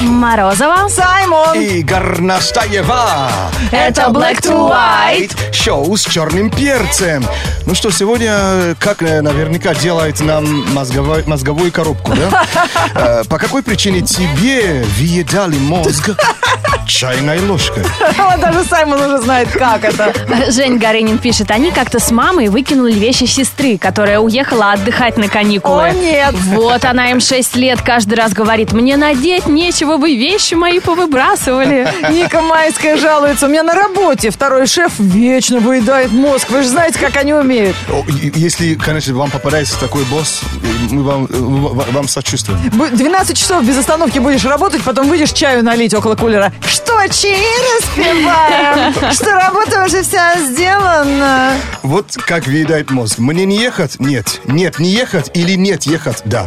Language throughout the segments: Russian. Морозова. Саймон! И Горнастаева. Это Black to White. Шоу с черным перцем. Ну что, сегодня, как э, наверняка делает нам мозговой, мозговую коробку, да? Э, По какой причине тебе въедали мозг чайной ложкой? Вот даже Саймон уже знает, как это. Жень Горынин пишет, они как-то с мамой выкинули вещи сестры, которая уехала отдыхать на каникулы. О, нет. Вот она им 6 лет каждый раз говорит, мне надеть нечего, вы вещи мои повыбрасывали. Ника Майская жалуется. У меня на работе второй шеф вечно выедает мозг. Вы же знаете, как они умеют. О, и- Если, конечно, вам попадается такой босс, э, мы вам, э, в- вам сочувствуем. Бу- 12 часов без остановки будешь работать, потом выйдешь чаю налить около кулера. Что, чаи распиваем? Что, работа уже вся сделана? Вот как въедает мозг. Мне не ехать? Нет. Нет, не ехать или нет ехать? Да.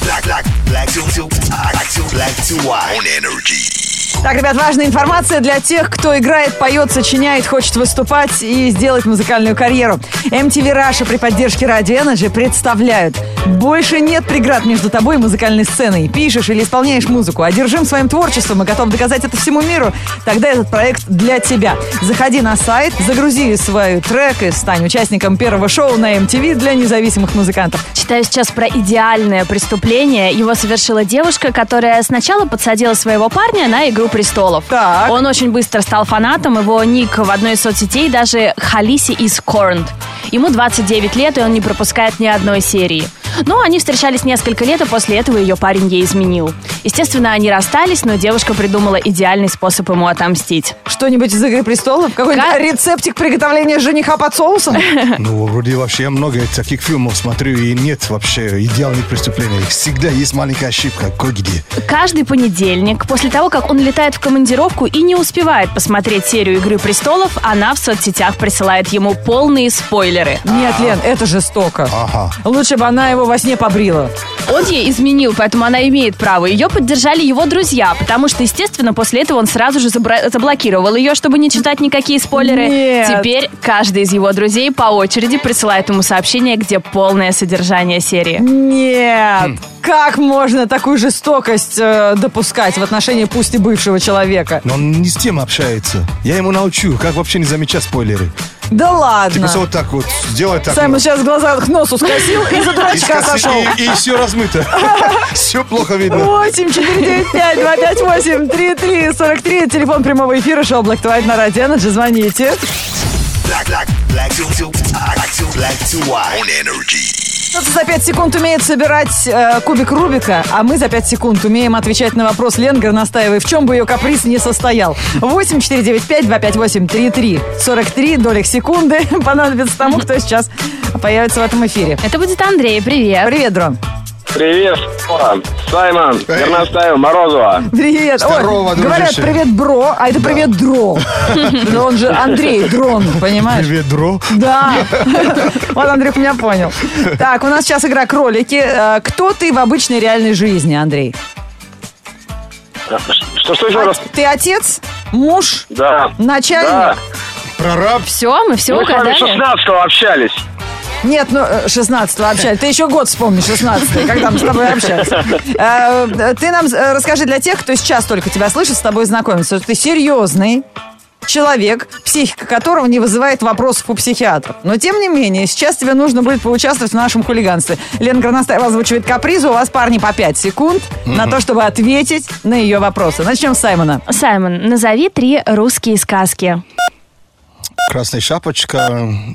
Black, black, black to, to, black to, black to white. On energy. Так, ребят, важная информация для тех, кто играет, поет, сочиняет, хочет выступать и сделать музыкальную карьеру. MTV Раша при поддержке Радио Energy представляют. Больше нет преград между тобой и музыкальной сценой. Пишешь или исполняешь музыку, одержим своим творчеством и готов доказать это всему миру, тогда этот проект для тебя. Заходи на сайт, загрузи свой трек и стань участником первого шоу на MTV для независимых музыкантов. Читаю сейчас про идеальное преступление. Его совершила девушка, которая сначала подсадила своего парня на «Игру престолов». Так. Он очень быстро стал фанатом. Его ник в одной из соцсетей даже Халиси из Корнт. Ему 29 лет, и он не пропускает ни одной серии. Но они встречались несколько лет, и после этого ее парень ей изменил. Естественно, они расстались, но девушка придумала идеальный способ ему отомстить. Что-нибудь из «Игры престолов»? Какой-нибудь Ка- рецептик приготовления жениха под соусом? Ну, вроде вообще я много таких фильмов смотрю, и нет вообще идеальных преступлений. Всегда есть маленькая ошибка, кое-где. Каждый понедельник, после того, как он летает в командировку и не успевает посмотреть серию «Игры престолов», она в соцсетях присылает ему полные спойлеры. Нет, Лен, это жестоко. Ага. Лучше бы она его во сне побрила. Он ей изменил, поэтому она имеет право. Ее поддержали его друзья, потому что, естественно, после этого он сразу же забра- заблокировал ее, чтобы не читать никакие спойлеры. Нет. Теперь каждый из его друзей по очереди присылает ему сообщение, где полное содержание серии. Нет. Как можно такую жестокость э, допускать в отношении пусть и бывшего человека? Но он не с тем общается. Я ему научу, как вообще не замечать спойлеры. Да Типа ладно. вот так вот, сделай так. Саймон вот. сейчас в глазах носу скосил и за И дурачка скосы- сошел. и, все размыто. Все плохо видно. 8 495 258 33 43 Телефон прямого эфира шоу Black to White на Радио Energy. Звоните. Black, black, black to, to, black to, black to white. On energy. Кто-то за 5 секунд умеет собирать э, кубик Рубика, а мы за 5 секунд умеем отвечать на вопрос Ленгер Горностаевой, в чем бы ее каприз не состоял. 8 495 258 33 43 долек секунды понадобится тому, кто сейчас появится в этом эфире. Это будет Андрей, привет. Привет, Дрон. Привет, Шпора. Саймон, Горностаев, Морозова. Привет. Ой, Здорово, говорят, дружище. привет, бро, а это привет, дрон. Да он же Андрей, дрон, понимаешь? Ведро. Да. Вот Андрюх меня понял. Так, у нас сейчас игра кролики. Э, Кто ты в обычной реальной жизни, Андрей? А Что, что еще раз? Ты отец, муж, Да. Да. начальник? Прораб. Все, мы все Мы с вами угадали. 16 общались. Нет, ну, э, 16-го общались. Ты еще год вспомни, 16 когда мы с тобой общались. Э, э, Ты нам э, расскажи для тех, кто сейчас только тебя слышит, с тобой знакомится, что ты серьезный человек, психика которого не вызывает вопросов у психиатров. Но, тем не менее, сейчас тебе нужно будет поучаствовать в нашем хулиганстве. Лена Горностаева озвучивает капризу. У вас, парни, по 5 секунд на то, чтобы ответить на ее вопросы. Начнем с Саймона. Саймон, назови три русские сказки. Красная шапочка,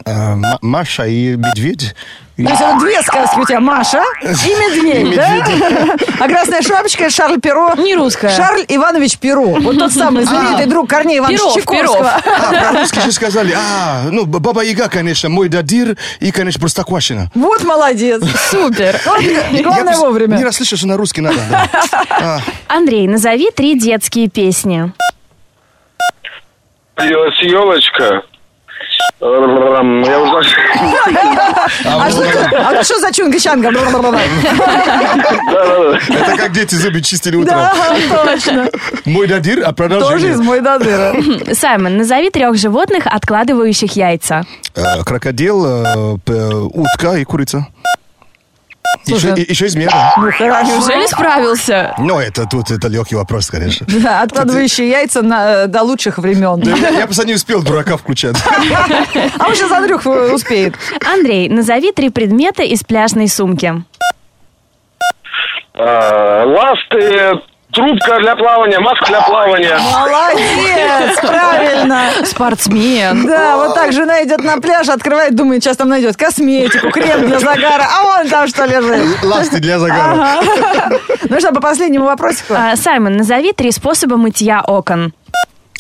э, Ма- Маша и медведь. И- То есть вот две сказки у тебя, Маша и Медведь, да? А «Красная шапочка» — это Шарль Перо. Не русская. А. Шарль Иванович Перо. Вот тот самый знаменитый друг Корнея Ивановича Перов, Чайковского. А, по-русски же сказали. А, ну, Б- Баба Яга, конечно, мой дадир и, конечно, Простоквашина. Вот молодец. Супер. Главное Я просто Не вовремя. расслышал, что на русский надо. да. Андрей, назови три детские песни. Появилась елочка. Рам, Я уже даже- А что это- а что за чунга-чанга? Бла-бла-бла-бла. Да-да-да. Это как дети зубы чистили утром. Да, точно. Мой дадир, а Тоже из продолжение. мой дадыра. Саймон, назови трех животных, откладывающих яйца. Э, Крокодил, э, п- э, утка и курица. Еще, Слушай, и- еще измена. ну хорошо. Неужели справился? Но это тут, это легкий вопрос, конечно. Да, Откладывающие яйца на- э, до лучших времен. Да Я, я просто не успел дурака включать. А он сейчас Андрюх э, успеет. Андрей, назови три предмета из пляжной сумки. А, Ласты, трубка для плавания, маска для плавания. Молодец, правильно. Спортсмен. Да, вот так жена идет на пляж, открывает, думает, сейчас там найдет косметику, крем для загара, а вон там что лежит. Ласты для загара. Ага. Ну что, по последнему вопросику? А, Саймон, назови три способа мытья окон.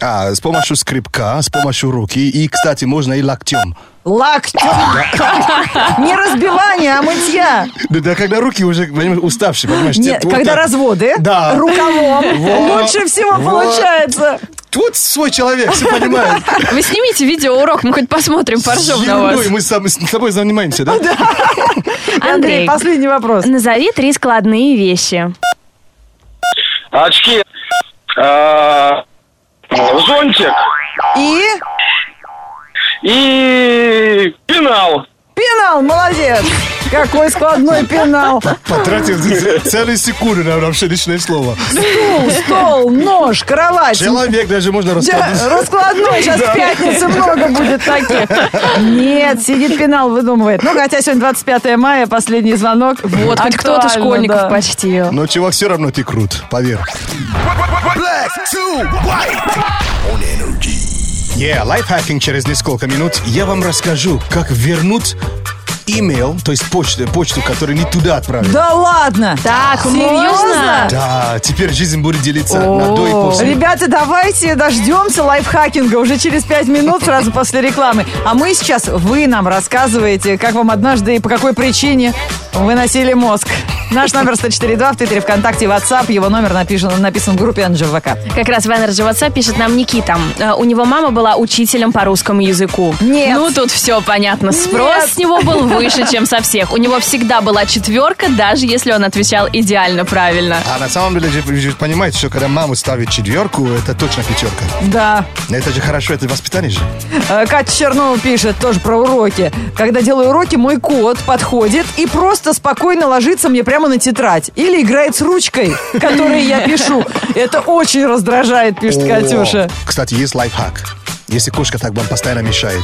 А, с помощью скрипка, с помощью руки и, кстати, можно и локтем. Локтем. Не разбивание, а мытья. Да, да, когда руки уже, понимаешь, уставшие, понимаешь? Не, тебе вот когда так. разводы, Да. рукавом, Вот. лучше всего Вот. получается. Тут свой человек, все понимает. Вы снимите видеоурок, мы хоть посмотрим, поржем на вас. Ерундой мы с сам- с тобой занимаемся, да? Андрей, Андрей, последний вопрос. назови три складные вещи. Очки. А, Зонтик. И И пенал. пенал, молодец. Какой складной пенал. Потратил целые секунды на вообще личное слово. Стул, стол, нож, кровать. Человек даже можно Да, раскладывать. Раскладной сейчас в пятницу много будет таких. Нет, сидит пенал, выдумывает. Ну, хотя сегодня 25 мая, последний звонок. Вот, хоть кто-то Актуально, школьников да. почти. Но чувак все равно ты крут, поверь. Black to white on energy. Yeah, лайфхакинг через несколько минут. Я вам расскажу, как вернуть имейл, то есть почту, почту, которую не туда отправили. Да ладно. Так, Серьезно? можно? Да, теперь жизнь будет делиться на до и после. Ребята, давайте дождемся лайфхакинга уже через 5 минут сразу после рекламы. А мы сейчас, вы нам рассказываете, как вам однажды и по какой причине выносили мозг. Наш номер 104.2 в Твиттере, ВКонтакте, WhatsApp. Его номер написан, написан в группе Энджи в ВК. Как раз в Energy WhatsApp пишет нам Никита. Э, У него мама была учителем по русскому языку. Нет. Ну, тут все понятно. Спрос Нет. с него был выше, чем со всех. У него всегда была четверка, даже если он отвечал идеально правильно. А на самом деле, же вы же понимаете, что когда маму ставит четверку, это точно пятерка. Да. Это же хорошо, это воспитание же. Э, Катя Чернова пишет тоже про уроки. Когда делаю уроки, мой кот подходит и просто спокойно ложится мне прямо на тетрадь. Или играет с ручкой, которой я пишу. Это очень раздражает, пишет О, Катюша. Кстати, есть лайфхак. Если кошка так вам постоянно мешает,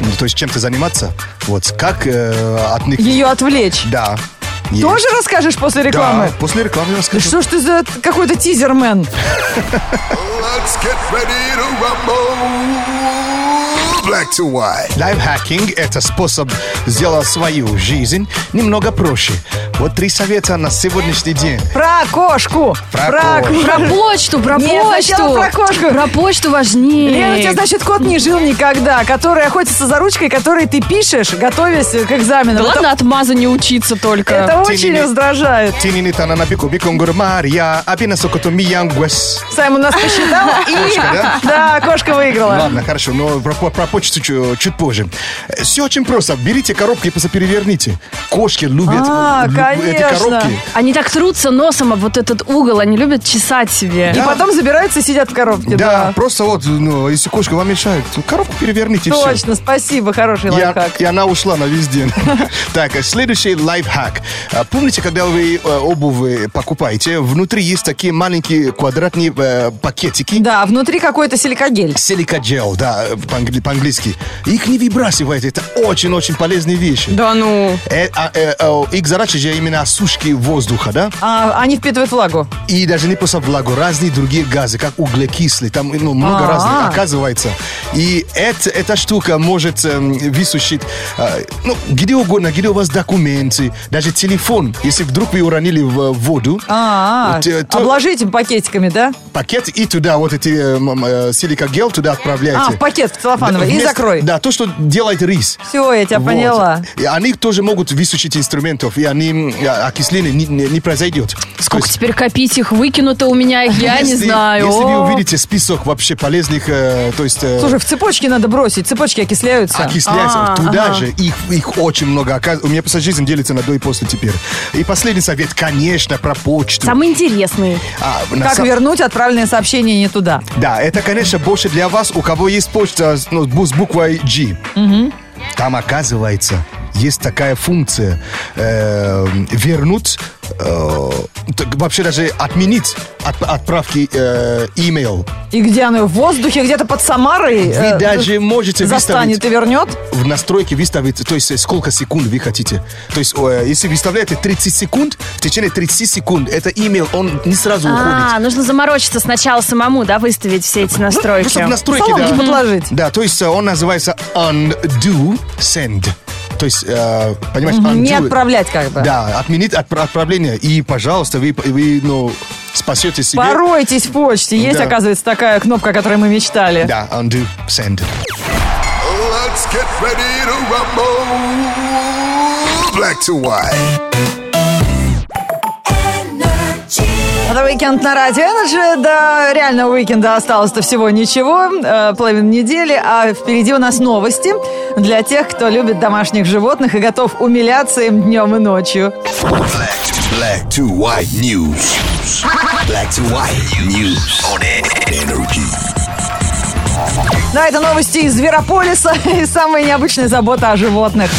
ну, то есть чем-то заниматься, вот как э, от них... Ее отвлечь. Да. есть. Тоже расскажешь после Да, рекламы? после рекламы Да расскажу. что ж ты за какой-то тизермен? Let's get ready to rumble. Black to white. Лайфхакинг – это способ сделать свою жизнь немного проще. Вот три совета на сегодняшний день. Про кошку. Про ку- кошку. Про почту, про Нет, почту. сначала про кошку. Про почту Лена, у тебя, важнее. значит, кот не жил никогда, который охотится за ручкой, которой ты пишешь, готовясь э, к экзамену. Да ладно от маза не учиться только. Это Ты очень не- раздражает. Тинини танана бику биконгур мария, абина сокото миянгуэс. Саймон нас посчитал и... Кошка, Да, кошка выиграла. Ладно, хорошо, но про, про- про почту чу- чуть позже. Все очень просто. Берите коробки и просто переверните. Кошки любят э, А, лю- эти конечно. коробки. Они так трутся носом об вот этот угол, они любят чесать себе. И потом забираются и сидят в коробке. Да, просто вот, ну, если кошка вам мешает, то коробку переверните и все. Точно, спасибо, хороший Я, лайфхак. и она ушла на весь день. Так, э, следующий лайфхак. А, Помните, когда вы э, обувь покупаете, внутри есть такие маленькие квадратные э, пакетики? Да, внутри какой-то силикогель. Силикагел, да, э, по-англи- по-английски. Их не выбрасывайте, это очень-очень полезные вещи. Да ну. Э, а, э, э, их задача же именно осушки воздуха, да? А, они впитывают влагу. И даже не просто влагу, разные другие газы, как углекислый, там ну, много А-а. разных, оказывается. И эт- эта штука может эм, высушить, э, ну, где угодно, где у вас документы, даже телефон, если вдруг вы уронили в э, воду, А, Вот, э, то- обложить им пакетиками, да? пакет и туда вот эти э, м, э, силикагель туда отправляете. А, в пакет, в целлофановый, и Вместо- закрой. Да, то, что делает рис. Все, я тебя Вот. поняла. И они тоже могут высушить инструментов, и они, м, э, окисление не, не- не произойдет. Сколько То есть, теперь копить их, выкинуто у меня их, я не если- знаю. Если вы О. увидите список вообще полезных, э, то есть... э, Слушай, в цепочки надо бросить, цепочки окисляются. окисляются. Туда же их, их очень много. Ока- У меня просто жизнь делится на до и после теперь. И последний совет, конечно, про почту. Самый интересный. А, на Как сам- вернуть отправленное сообщение не туда? Да, это, конечно, больше для вас, у кого есть почта с, ну, бу- с буквой G. Там, оказывается, есть такая функция э, вернуть, э, так вообще даже отменить от- отправки э, email. И где оно? В воздухе, где-то под Самарой? Вы э, даже можете Застанет выставить и вернет? в настройке выставить, то есть э, сколько секунд вы хотите. То есть э, если выставляете 30 секунд, в течение 30 секунд это email, он не сразу уходит. А, нужно заморочиться сначала самому, да, выставить все Ну, эти настройки. Просто в настройке, Салонки да. подложить. Да, то есть э, он называется undo send. То есть, э, понимаешь, undo. Не отправлять как бы. Да, отменить отпра- отправление. И, пожалуйста, вы, вы ну, спасете себе. Поройтесь в почте. Есть, Да. оказывается, такая кнопка, о которой мы мечтали. Да, undo send. Let's get ready to rumble. Black to white. Это уикенд на радио Energy. До реального уикенда осталось-то всего ничего. э, половина недели. А впереди у нас новости для тех, кто любит домашних животных и готов умиляться им днем и ночью. Black to, black to white news. Black to white news on energy. Да, Ну, а это новости из Зверополиса и самая необычная забота о животных.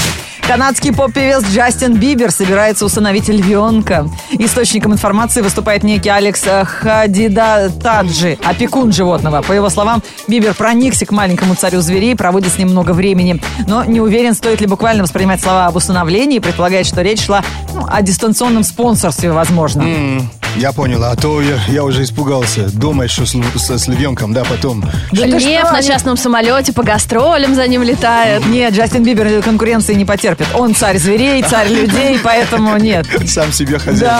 Канадский поп-певец Джастин Бибер собирается усыновить львенка. Источником информации выступает некий Алекс э, Хадидатаджи, опекун животного. По его словам, Бибер проникся к маленькому царю зверей, проводит с ним много времени. Но не уверен, стоит ли буквально воспринимать слова об усыновлении, и предполагает, что речь шла ну, о дистанционном спонсорстве, возможно. Я понял, а то я, я уже испугался. Думаешь, что с, лу- со- с львенком, да, потом. Да ты Лев что, на они- частном самолете по гастролям за ним летает. Нет, Джастин Бибер конкуренции не потерпит. Он царь зверей, царь людей, поэтому нет. Сам себе хозяин.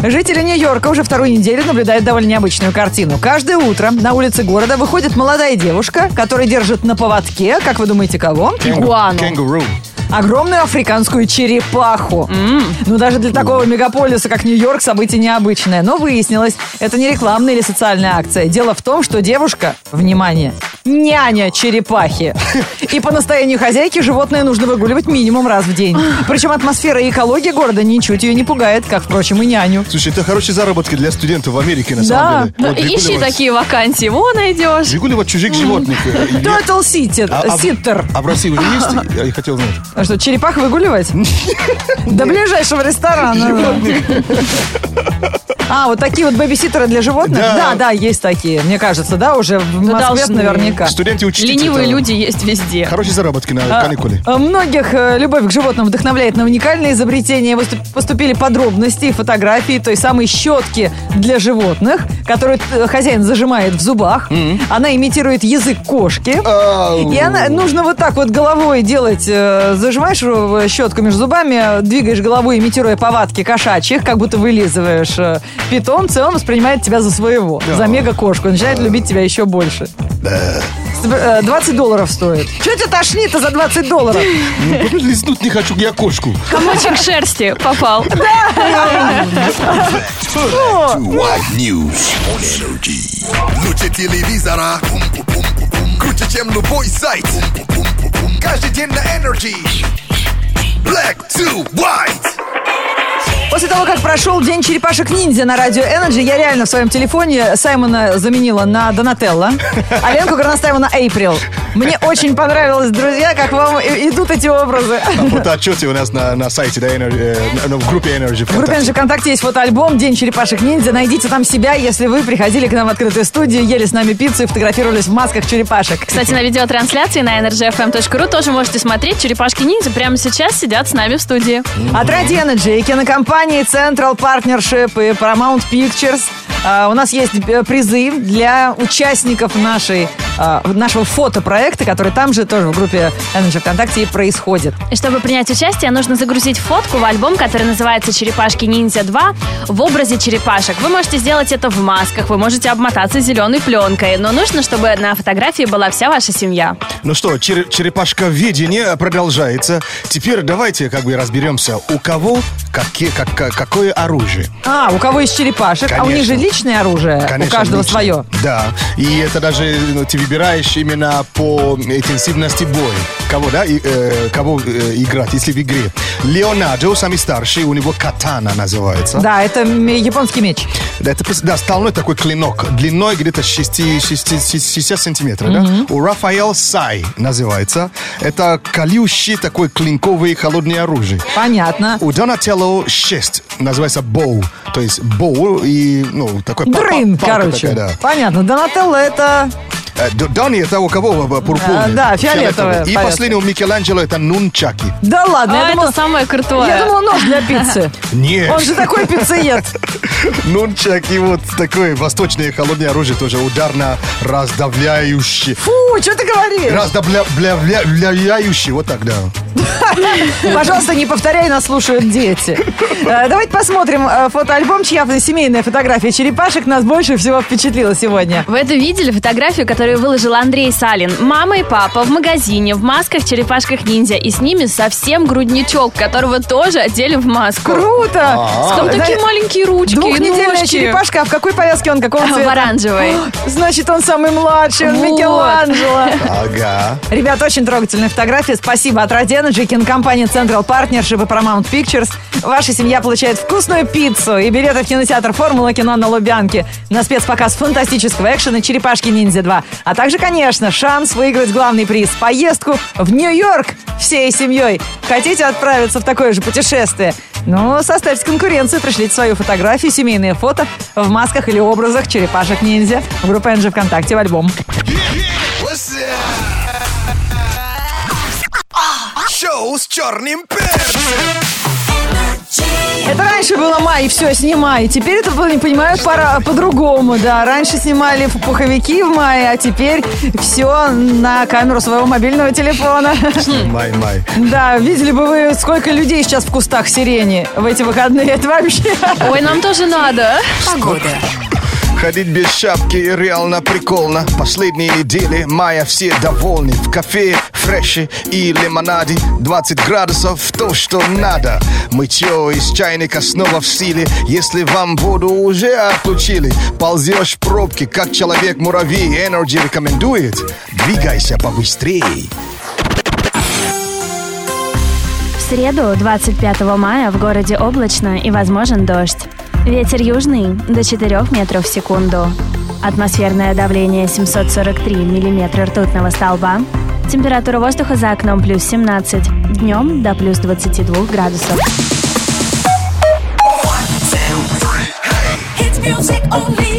Да. Жители Нью-Йорка уже вторую неделю наблюдают довольно необычную картину. Каждое утро на улице города выходит молодая девушка, которая держит на поводке, как вы думаете, кого? Кенгу- Игуану. Кенгуру. Огромную африканскую черепаху. Ну, даже для такого мегаполиса, как Нью-Йорк, событие необычное. Но выяснилось, это не рекламная или социальная акция. Дело в том, что девушка, внимание, няня черепахи. И по настоянию хозяйки животное нужно выгуливать минимум раз в день. Причем атмосфера и экология города ничуть ее не пугает, как, впрочем, и няню. Слушай, это хорошие заработки для студентов в Америке, на самом Да. деле. Ну, Вот ищи выгуливать- такие вакансии, во, найдешь. Выгуливать чужих животных. э, и- Тотал ситер, А- а в- ситтер. А в России уже есть? Я и хотел знать. А Что, черепах выгуливать? До ближайшего ресторана. А, вот такие вот бэбиситеры для животных? Да. Да, да, есть такие, мне кажется, да, уже в Москве должны. наверняка. Студенты учтите. Ленивые это. люди есть везде. Хорошие заработки на А, каникуле. а, Многих э, любовь к животным вдохновляет на уникальные изобретения. Выступ- Поступили подробности и фотографии той самой щетки для животных, которую э, хозяин зажимает в зубах. Она имитирует язык кошки. Ау. И она, нужно вот так вот головой делать, э, зажимаешь ру- щетку между зубами, э, двигаешь головой, имитируя повадки кошачьих, как будто вылизываешь э, питомца, и он воспринимает тебя за своего, за мега-кошку, и начинает любить тебя еще больше. Соб- э, 20 долларов стоит. Че тебя тошнит-то за 20 долларов? Ну, потом Лизнуть не хочу, я кошку. Комочек шерсти попал. Black to white news on energy. Включи телевизора. Бум, бум, бум, бум, бум. Круче, чем любой сайт. Бум, бум, бум, бум, бум. Каждый день на energy. Black to white. После того, как прошел День черепашек-ниндзя на радио Energy, я реально в своем телефоне Саймона заменила на Донателло, а Ленку Горностаева на Эйприл. Мне очень понравилось, друзья, как вам и- идут эти образы. Ну, Фотоотчеты у нас на, на сайте, да, Energy, э, на- на- в группе Energy В группе ВКонтакте. же ВКонтакте есть фотоальбом «День черепашек ниндзя». Найдите там себя, если вы приходили к нам в открытую студию, ели с нами пиццу и фотографировались в масках черепашек. Кстати, на видеотрансляции на energyfm.ru тоже можете смотреть. Черепашки-ниндзя прямо сейчас сидят с нами в студии. От Radio Energy и кинокомпании Central Partnership и Paramount Pictures а, у нас есть э, призы для участников нашей, а, нашего фотопроекта, который там же тоже в группе Energy ВКонтакте и происходит. И Чтобы принять участие, нужно загрузить фотку в альбом, который называется «Черепашки-ниндзя 2» в образе черепашек. Вы можете сделать это в масках, вы можете обмотаться зеленой пленкой, но нужно, чтобы на фотографии была вся ваша семья. Ну что, чер- черепашковедение продолжается. Теперь давайте как бы разберемся, у кого какие, как- как- какое оружие. А, у кого есть черепашек, а у них же Конечно. личное оружие, у Конечно, каждого лично. свое. Да. И это даже ну, теле- выбираешь именно по интенсивности боя. Кого, да, и, э, кого э, играть, если в игре. Леонардо, самый старший, у него катана называется. Да, это м- японский меч. Да, это, пос- да, стальной такой клинок, длиной где-то 6, 60 сантиметров, да? У Рафаэл Сай называется. Это колющий такой клинковый холодное оружие. Понятно. У Донателло 6 называется боу, то есть боу и, ну, такой... па- па- Дрын, палка короче. такая, да. Понятно. Донателло это... Э, Д- Донни это у кого э, А, пурпурный? да, фиолетовое, И понятно. последний у Микеланджело это нунчаки. Да ладно, А, я думала... это самое крутое. Я думала, нож для пиццы. Нет. Он же такой пиццеед. Нунчаки вот такое восточное холодное оружие тоже ударно раздавляющее. Фу, что ты говоришь? Раздавляющий, вот так, да. Пожалуйста, не повторяй, нас слушают дети. Э, Давайте посмотрим э, фотоальбом, чья семейная фотография черепашек нас больше всего впечатлила сегодня. Вы это видели? Фотографию, которую выложил Андрей Салин. Мама и папа в магазине, в масках, черепашках ниндзя. И с ними совсем грудничок, которого тоже одели в маску. Круто! Там такие Да, маленькие ручки и Двухнедельная ножки. черепашка, а в какой повязке он? Какого В цвета? оранжевой. Значит, он самый младший, он Вот. Микеланджело. Ага. Ребят, очень трогательные фотографии. Спасибо от Роденеджи, кинокомпании Central Partnership и Paramount Pictures. Ваша семья получает вкусную пиццу и билеты в кинотеатр «Формула кино» на Лубянке. На спецпоказ фантастического экшена «Черепашки-ниндзя 2». А также, конечно, шанс выиграть главный приз – поездку в Нью-Йорк всей семьей. Хотите отправиться в такое же путешествие? Ну, составьте конкуренцию, пришлите свою фотографию, семейные фото в масках или образах черепашек-ниндзя. Группа NG ВКонтакте в альбом. What's that? Шоу с черным перцем. Это раньше было май, все, снимай. Теперь это, было, не понимаю, пора по-другому, да. Раньше снимали в- пуховики в мае, а теперь все на камеру своего мобильного телефона. Май, май. Да, видели бы вы, сколько людей сейчас в кустах сирени в эти выходные. Это вообще... Ой, нам тоже надо. а? Ходить без шапки реально прикольно. Последние недели мая все довольны. В кафе, фреше и лимонаде 20 градусов то, что надо. Мытье из чайника снова в силе. Если вам воду уже отключили, ползешь в пробки, как человек-муравей. Energy рекомендует. Двигайся побыстрее. В среду, 25 мая, в городе облачно и возможен дождь. Ветер южный до 4 метров в секунду. Атмосферное давление 743 миллиметра ртутного столба. Температура воздуха за окном плюс 17. Днем до плюс 22 градусов. Hits music only.